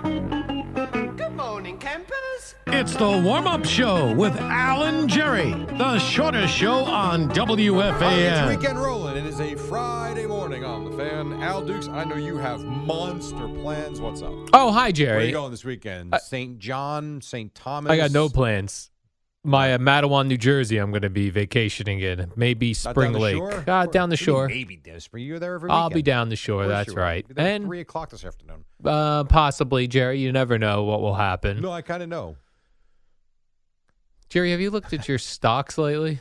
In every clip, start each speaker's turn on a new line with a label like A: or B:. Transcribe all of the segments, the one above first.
A: Good morning, campers.
B: It's the warm up show with Alan Jerry, the shortest show on
C: Oh, It's
B: WFAN.
C: weekend rolling. It is a Friday morning on the fan. Al Dukes, I know you have monster plans. What's up?
D: Oh, hi,
C: Where are
D: Jerry.
C: you going this weekend?
D: I-
C: St. John, St. Thomas.
D: I got no plans. My uh, Mattawan, New Jersey, I'm going to be vacationing in. Maybe
C: Not
D: Spring
C: down the
D: Lake.
C: shore?
D: Uh,
C: What
D: down the
C: do you mean
D: shore.
C: Maybe this. spring. You're there every weekend.
D: I'll be down the shore.
C: Of course
D: That's
C: you are.
D: right.
C: You'll be there at
D: And
C: three o'clock this afternoon.
D: uh, possibly, Jerry, you never know what will happen.
C: No, I kind of know.
D: Jerry, have you looked at your stocks lately?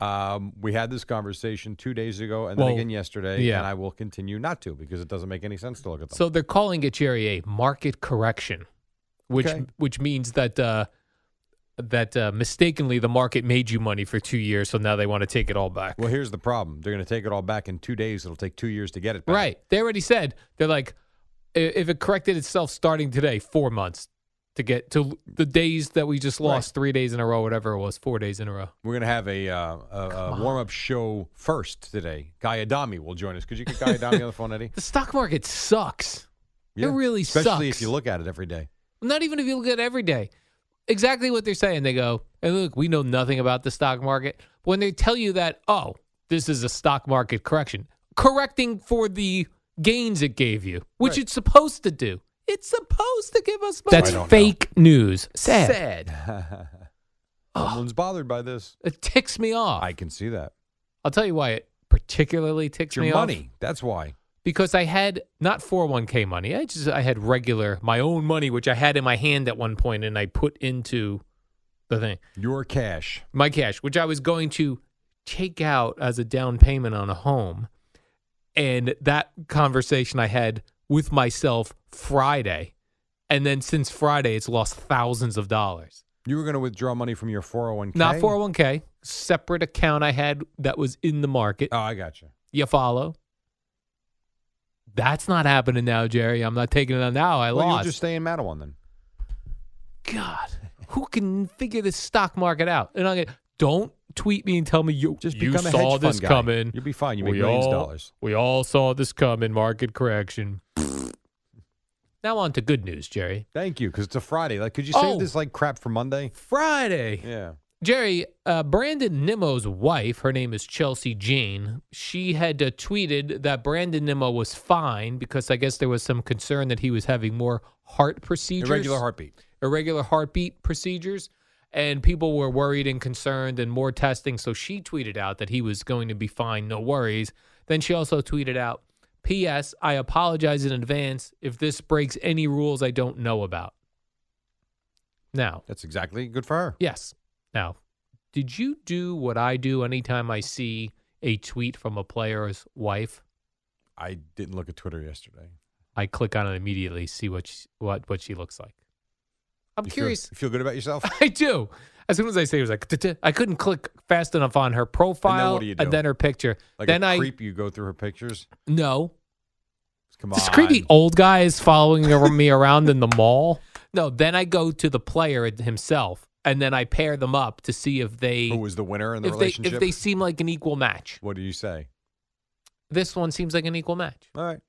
C: Um, we had this conversation two days ago and
D: Well,
C: then again yesterday,
D: yeah.
C: and I will continue not to because it doesn't make any sense to look at them.
D: So they're calling it Jerry a market correction, which
C: Okay.
D: which means that uh, that uh, mistakenly the market made you money for two years, so now they want to take it all back.
C: well, here's the problem. They're going to take it all back in two days. It'll take two years to get it back.
D: Right. They already said they're like, i- if it corrected itself starting today, four months to get to the days that we just lost, three days in a row, whatever it was, four days in a row.
C: We're gonna have a, uh, a, a warm up show first today. Guy Adami will join us. Could you get Guy Adami on the phone, Eddie?
D: The stock market sucks. It really
C: especially
D: sucks.
C: if you look at it every day.
D: Not even if you look at it every day. Exactly what they're saying. They go, and look, we know nothing about the stock market. When they tell you that, oh, this is a stock market correction, correcting for the gains it gave you, which
C: Right.
D: it's supposed to do. It's supposed to give us money.
C: That's I don't know. fake
D: news. Sad. Sad.
C: Someone's bothered by this.
D: It ticks me off.
C: I can see that.
D: I'll tell you why it particularly ticks
C: It's your
D: me
C: money.
D: off.
C: That's why.
D: Because I had not 401k money. I just I had regular my own money, which I had in my hand at one point, and I put into the thing
C: Your cash.
D: my cash, which I was going to take out as a down payment on a home. And that conversation I had with myself Friday, and then since Friday, it's lost thousands of dollars.
C: You were gonna withdraw money from your four hundred one k.
D: Not 401k, separate account I had that was in the market.
C: Oh, I got you.
D: You follow? That's not happening now, Jerry. I'm not taking it on now. I
C: well,
D: lost.
C: you'll just stay in Mattawan then.
D: God, who can figure this stock market out? And I'm gonna, don't tweet me and tell me you
C: Just
D: you
C: become a hedge
D: saw
C: fund
D: this
C: guy.
D: coming.
C: You'll be fine. You make
D: we
C: millions of
D: all-
C: dollars.
D: We all saw this coming. Market correction. now on to good news, Jerry.
C: Thank you, because it's a Friday. Like, could you save
D: Oh.
C: this like crap for Monday?
D: Friday.
C: Yeah.
D: Jerry, uh, Brandon Nimmo's wife, her name is Chelsea Jane, she had uh, tweeted that Brandon Nimmo was fine because I guess there was some concern that he was having more heart procedures,
C: Irregular heartbeat.
D: irregular heartbeat procedures, and people were worried and concerned and more testing. So she tweeted out that he was going to be fine, no worries. Then she also tweeted out, P.S. I apologize in advance if this breaks any rules I don't know about. Now,
C: That's exactly good for her.
D: Yes. Now, did you do what I do anytime I see a tweet from a player's wife?
C: I didn't look at Twitter yesterday.
D: I click on it immediately, see what she, what what she looks like. I'm
C: You feel-
D: curious.
C: you feel good about yourself?
D: I do. As soon as I say it, it was like "Tuh-tuh," I couldn't click fast enough on her profile
C: what do you do?
D: her picture.
C: Like
D: then
C: a
D: I
C: creep, you go through her pictures.
D: no.
C: Come on,
D: This creepy old guy is following ar- me around in the mall. No, then I go to the player himself, and then I pair them up to see if they
C: Who was the winner in the
D: if they
C: relationship?
D: if they seem like an equal match.
C: what do you say?
D: this one seems like an equal match.
C: All right,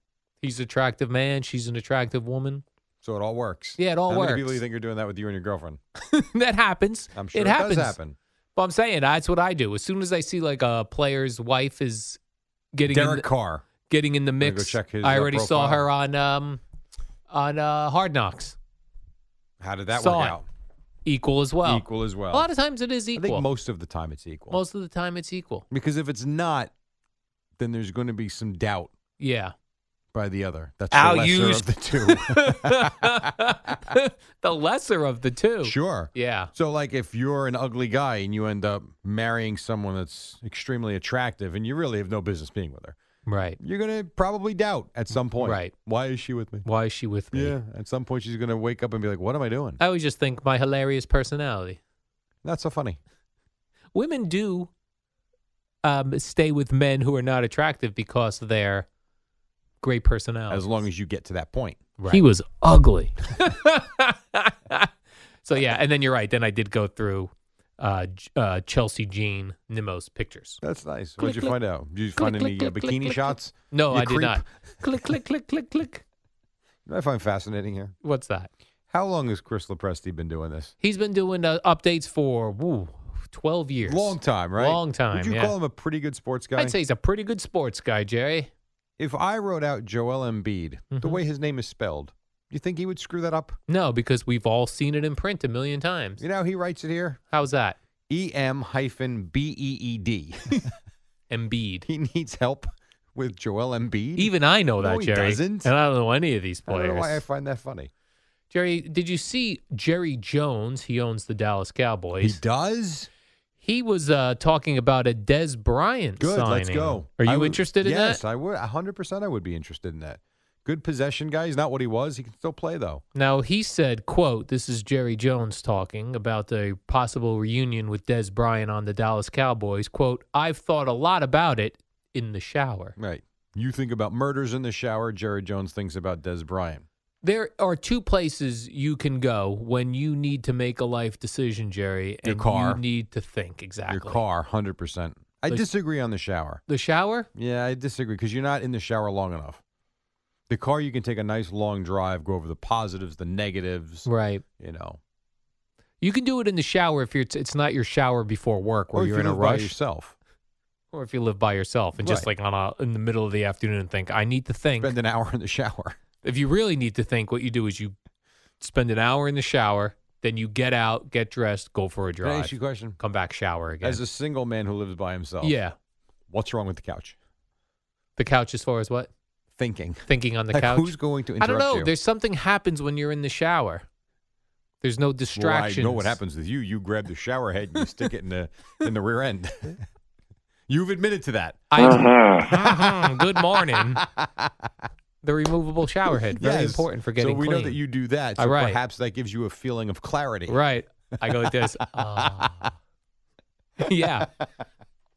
D: He's an attractive man. She's an attractive woman.
C: So it all works.
D: Yeah, it all
C: How
D: works.
C: many people do you think are doing that with you and your girlfriend?
D: that happens.
C: I'm sure it,
D: it happens.
C: does happen.
D: But I'm saying that's what I do. As soon as I see like a player's wife is getting in
C: Derek
D: the,
C: Carr.
D: getting in the
C: gonna go
D: mix,
C: check his,
D: I
C: uh,
D: already saw
C: profile.
D: her on um on uh, Hard Knocks.
C: How did that
D: Saw
C: work
D: it.
C: out?
D: Equal as well.
C: Equal as well.
D: A lot of times it is
C: I
D: equal.
C: think most of the time it's equal.
D: Most of the time it's equal.
C: Because if it's not, then there's going to be some doubt
D: Yeah.
C: by the other. That's
D: Al
C: the lesser
D: used-
C: of the
D: the lesser of the two.
C: two. sure.
D: Yeah.
C: So, like, if you're an ugly guy and you end up marrying someone that's extremely attractive and you really have no business being with her,
D: Right.
C: you're going to probably doubt at some point.
D: Right.
C: Why is she with me?
D: Why is she with me?
C: Yeah. At some point, she's going to wake up and be like, what am I doing?
D: I always just think my hilarious personality.
C: Not so funny.
D: Women do um, stay with men who are not attractive because of their great personality.
C: As long as you get to that point.
D: He was ugly. so yeah, and then you're right. Then I did go through uh, J- uh, Chelsea Jean Nimmo's pictures.
C: That's nice. What'd you find out? Did you
D: click,
C: find any
D: click,
C: uh,
D: click,
C: bikini
D: click, click.
C: shots?
D: No,
C: You
D: I did
C: creep.
D: not. click, click, click, click, click.
C: You know what I find fascinating here.
D: What's that?
C: How long has Chris Lepresti been doing this?
D: He's been doing uh, updates for woo, 12 years.
C: Long time, right?
D: Long time,
C: Would you
D: yeah.
C: call him a pretty good sports guy?
D: I'd say he's a pretty good sports guy, Jerry.
C: if I wrote out Joel Embiid, the
D: Mhm.
C: way his name is spelled, you think he would screw that up?
D: No, because we've all seen it in print a million times.
C: You know, how he writes it here.
D: How's that?
C: E M hyphen B E E D.
D: Embiid.
C: He needs help with Joel Embiid.
D: Even I know
C: No,
D: that,
C: he
D: Jerry.
C: doesn't.
D: And I don't know any of these
C: I
D: players.
C: don't know why I find that funny.
D: Jerry, did you see Jerry Jones? He owns the Dallas
C: He
D: Cowboys.
C: does.
D: He was uh, talking about a Des Bryant
C: Good.
D: signing.
C: Let's go.
D: Are you
C: I would-
D: interested in
C: Yes,
D: that?
C: I would. hundred percent. I would be interested in that. Good possession guy. He's not what he was. He can still play though.
D: Now he said, "quote This is Jerry Jones talking about the possible reunion with Des Bryant on the Dallas Cowboys." "Quote I've thought a lot about it in the shower.
C: Right. You think about murders in the shower. Jerry Jones thinks about Des Bryant.
D: There are two places you can go when you need to make a life decision, Jerry.
C: Your
D: and
C: car.
D: You need to think exactly.
C: Your car. Hundred percent. I
D: Like-
C: disagree on the shower.
D: The shower.
C: Yeah, I disagree because you're not in the shower long enough. The car, you can take a nice long drive, go over the positives, the negatives,
D: Right.
C: you know.
D: You can do it in the shower if you're. T- it's not your shower before work where
C: Or if
D: you're
C: you
D: in a
C: live by
D: rush,
C: yourself.
D: or if you live by yourself and just
C: Right.
D: like on a in the middle of the afternoon and think I need to think.
C: Spend an hour in the shower.
D: if you really need to think, what you do is you spend an hour in the shower, then you get out, get dressed, go for a
C: Can I
D: drive,
C: ask you a question?
D: come back, shower again.
C: As a single man who lives by himself,
D: yeah,
C: what's wrong with the couch?
D: the couch as far as what
C: Thinking.
D: thinking on the
C: Like,
D: couch.
C: Who's going to
D: I
C: interrupt
D: don't know.
C: you?
D: There's something happens when you're in the shower. There's no
C: Well, I
D: distractions.
C: know what happens with you. You grab the shower head and you stick it in the in the rear end. You've admitted to that.
D: I- Mhm, Good morning. The removable shower head, very
C: Yes.
D: important for
C: So
D: getting
C: we know that
D: clean.
C: you do that. So
D: All right.
C: perhaps that gives you a feeling of clarity.
D: Right. I go like this. Ah. yeah.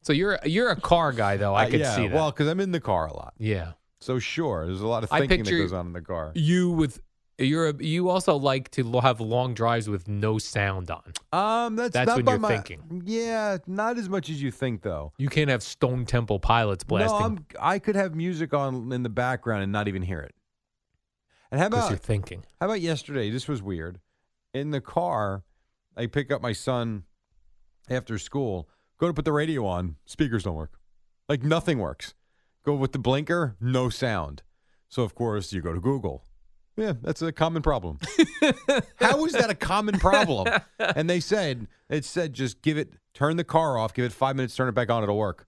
D: So you're you're a car guy though. I
C: Uh,
D: could
C: yeah,
D: see that.
C: Well, because I'm in the car a lot.
D: yeah.
C: So sure, there's a lot of
D: I
C: thinking
D: picture-
C: that goes on in the car.
D: You with you're a, you also like to lo- have long drives with no sound on.
C: Um, that's,
D: That's
C: not
D: when
C: by
D: you're
C: my-
D: thinking.
C: Yeah, not as much as you think though.
D: You can't have Stone Temple Pilots blasting
C: No, I'm, I could have music on in the background and not even hear it. And how
D: because
C: about
D: you're thinking.
C: how about yesterday? This was weird. In the car, I pick up my son after school. Go to put the radio on. Speakers don't work. Like nothing works. Go with the blinker, no sound. So of course you go to Google. Yeah, that's a common problem. How is that a common problem? And they said it said just give it turn the car off, give it five minutes, turn it back on, it'll work.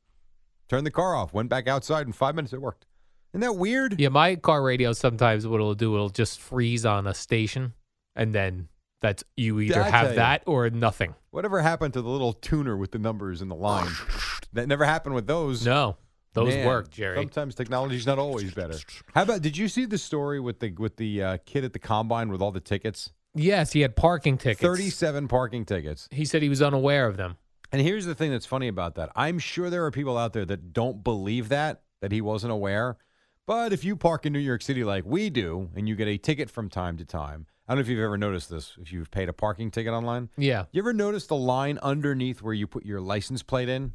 C: Turn the car off, went back outside in five minutes, it worked. Isn't that weird?
D: Yeah, my car radio sometimes what it'll do it'll just freeze on a station, and then that's you either
C: I tell
D: have
C: you.
D: that or nothing.
C: Whatever happened to the little tuner with the numbers and the line? that never happened with those.
D: No, those
C: Man,
D: work, Jerry.
C: Sometimes technology's not always better. How about did you see the story with the with the uh, kid at the combine with all the tickets?
D: Yes, he had parking tickets.
C: Thirty-seven parking tickets.
D: He said he was unaware of them.
C: And here's the thing that's funny about that. I'm sure there are people out there that don't believe that, that he wasn't aware. But if you park in New York City like we do and you get a ticket from time to time, I don't know if you've ever noticed this, if you've paid a parking ticket online.
D: Yeah.
C: You ever notice the line underneath where you put your license plate in?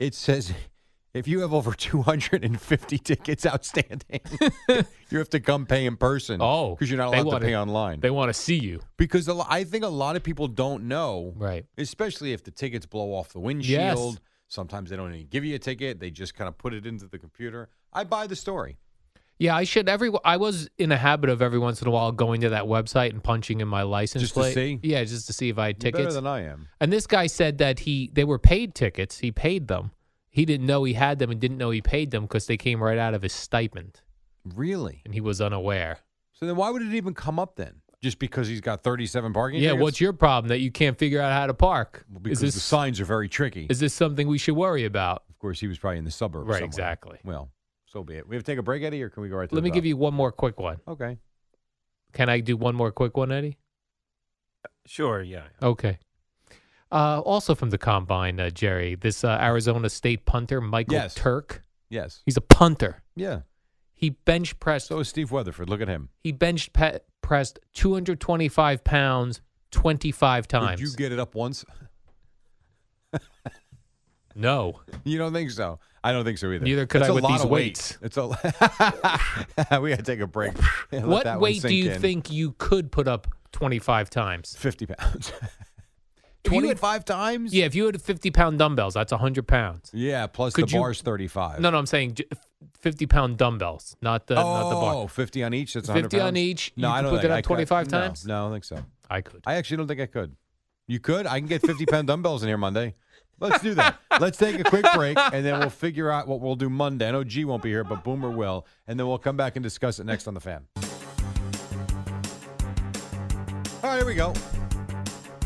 C: It says If you have over 250 tickets outstanding, you have to come pay in person.
D: Oh,
C: because you're not
D: they
C: allowed
D: wanna-
C: to pay online.
D: They want to see you.
C: because a lo- I think a lot of people don't know,
D: Right.
C: especially if the tickets blow off the
D: Yes.
C: windshield. Sometimes they don't even give you a ticket; they just kind of put it into the computer. I buy the story.
D: Yeah, I should every. I was in a habit of every once in a while going to that website and punching in my license
C: Just to
D: plate.
C: see?
D: Yeah, just to see if I had
C: You're better
D: tickets.
C: than I am.
D: and this guy said that he they were paid tickets. He paid them. He didn't know he had them and didn't know he paid them because they came right out of his stipend
C: Really?
D: and he was unaware.
C: So then, why would it even come up then? Just because he's got 37 parking?
D: yeah,
C: tickets?
D: what's your problem that you can't figure out how to park?
C: Well,
D: Is
C: Because the
D: this
C: signs are very tricky.
D: is this something we should worry about?
C: of course, he was probably in the suburbs.
D: Right,
C: somewhere.
D: exactly.
C: Well, so be it. We have to take a break, Eddie, or can we go right to
D: Let
C: the
D: me give you one more quick one.
C: top? Okay.
D: Can I do one more quick one, Eddie?
E: Sure, yeah.
D: Okay. Uh, also from the combine, uh, Jerry, this uh, Arizona State punter, Michael
C: Yes.
D: Turk.
C: Yes.
D: He's a punter.
C: Yeah.
D: He bench pressed.
C: So is Steve Weatherford. Look at him.
D: he bench pe- pressed 225 pounds 25 times.
C: Did you get it up once?
D: no.
C: You don't think so? I don't think so either.
D: Neither could
C: It's
D: I
C: a
D: with
C: lot
D: these
C: of weight.
D: weights.
C: It's a. we had to take a break. Let that
D: what
C: one
D: weight do
C: sink
D: you
C: in.
D: think you could put up 25 times?
C: Fifty pounds.
D: If you had-
C: Twenty-five times.
D: Yeah, if you had 50 pound dumbbells, that's 100 pounds.
C: Yeah. Plus
D: Could
C: the
D: you-
C: bar's thirty-five.
D: No, no, I'm saying j- 50 pound dumbbells, not the
C: Oh,
D: not the bar.
C: 50 on each. That's
D: 50
C: 100
D: on
C: pounds?
D: each,
C: No,
D: you
C: I
D: can
C: don't
D: put
C: think
D: it up
C: I could.
D: 25
C: No,
D: times?
C: No, I don't think so.
D: I could.
C: I actually don't think I could. You could. I can get 50 pound dumbbells in here Monday. Let's do that. Let's take a quick break and then we'll figure out what we'll do Monday. I know G won't be here, but Boomer will. And then we'll come back and discuss it next on the fan. All right, here we go.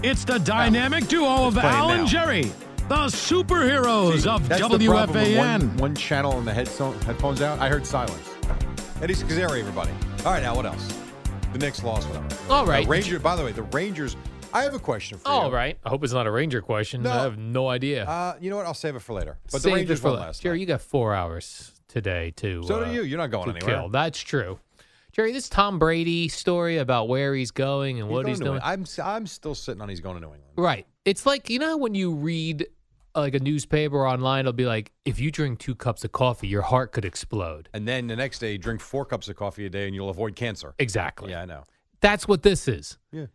B: It's the dynamic duo of
C: play it
B: Al
C: now.
B: and Jerry, the superheroes of
C: That's the problem with One,
B: WFAN.
C: one channel and the headso- headphones out. I heard silence. Eddie Scazzeri, everybody. All right, now what else? The Knicks lost, whatever.
D: All right.
C: The Ranger. By the way, the Rangers. I have a question for you.
D: All right. I hope it's not a Ranger question.
C: No.
D: I have no idea.
C: Uh, you know what? I'll save it for later. But
D: Save
C: the
D: it
C: Rangers
D: for
C: won
D: la-
C: last
D: Jerry,
C: night.
D: you got four hours today to.
C: So
D: uh,
C: do you. You're not going
D: to
C: anywhere.
D: kill. That's true. Jerry, this Tom Brady story about where he's going and
C: He's
D: what
C: going
D: he's
C: to
D: doing.
C: New- I'm s- I'm still sitting on he's going to New England.
D: right. It's like, you know, when you read uh, like a newspaper or online, it'll be like, if you drink two cups of coffee, your heart could explode.
C: And then the next day, drink four cups of coffee a day, and you'll avoid cancer.
D: Exactly.
C: Yeah, I know.
D: That's what this is.
C: Yeah.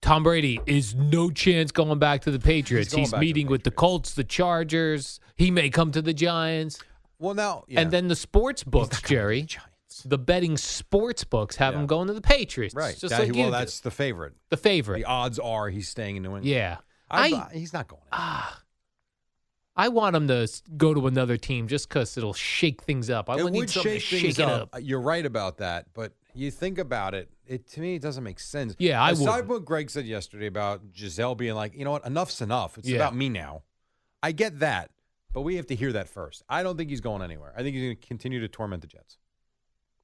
D: Tom Brady is no chance going back to the Patriots.
C: going
D: He's,
C: back to the
D: meeting with the
C: Patriots.
D: Colts, the Chargers. He may come to the Giants.
C: Well, now yeah.
D: And then the sports books, Jerry.
C: Giants.
D: the betting sports books have
C: Yeah.
D: him going to the Patriots.
C: Right.
D: Just
C: That-
D: like you
C: well,
D: did.
C: that's the favorite.
D: the favorite.
C: The odds are he's staying in New England.
D: yeah.
C: I,
D: I
C: he's not going.
D: Ah, I want him to s- go to another team just because it'll shake things up. I
C: it
D: would need
C: would
D: something
C: shake
D: to shake
C: things
D: it
C: up.
D: up.
C: You're right about that, but you think about it. It to me, it doesn't make sense.
D: Yeah, I
C: Aside
D: wouldn't.
C: from what Greg said yesterday about Giselle being like, you know what, enough's enough. It's
D: Yeah.
C: about me now. I get that, but we have to hear that first. I don't think he's going anywhere. I think he's going to continue to torment the Jets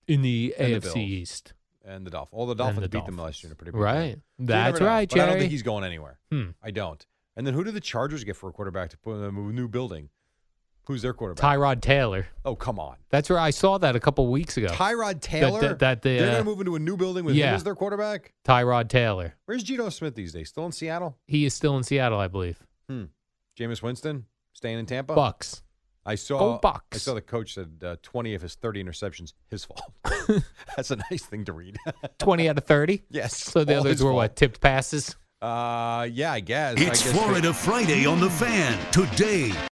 D: in the
C: And the
D: AFC
C: Bills.
D: East.
C: and the Dolphins. All the
D: And
C: Dolphins
D: the
C: beat them last year. in a Pretty big game.
D: Right.
C: So you
D: That's
C: never know,
D: right,
C: but I don't
D: Jerry.
C: think he's going anywhere.
D: Hmm.
C: I don't. And then who do the Chargers get for a quarterback to put in a new building? Who's their quarterback?
D: Tyrod Taylor.
C: oh, come on.
D: That's where I saw that a couple weeks ago.
C: Tyrod Taylor.
D: that- that they,
C: are
D: uh,
C: going to move into a new building with
D: yeah.
C: who is their quarterback?
D: Tyrod Taylor.
C: Where's Geno Smith these days? Still in Seattle?
D: He is still in Seattle, I believe.
C: Jameis Winston staying in Tampa.
D: Bucks.
C: I saw.
D: Go Bucks.
C: I saw the coach said uh, twenty of his thirty interceptions his fault. That's a nice thing to read.
D: 20 out of 30.
C: yes.
D: So the
C: all
D: others
C: his
D: were
C: fault.
D: what? Tipped passes?
C: Uh, yeah, I guess. I
F: It's
C: guess they-
F: Florida Friday on the fan today.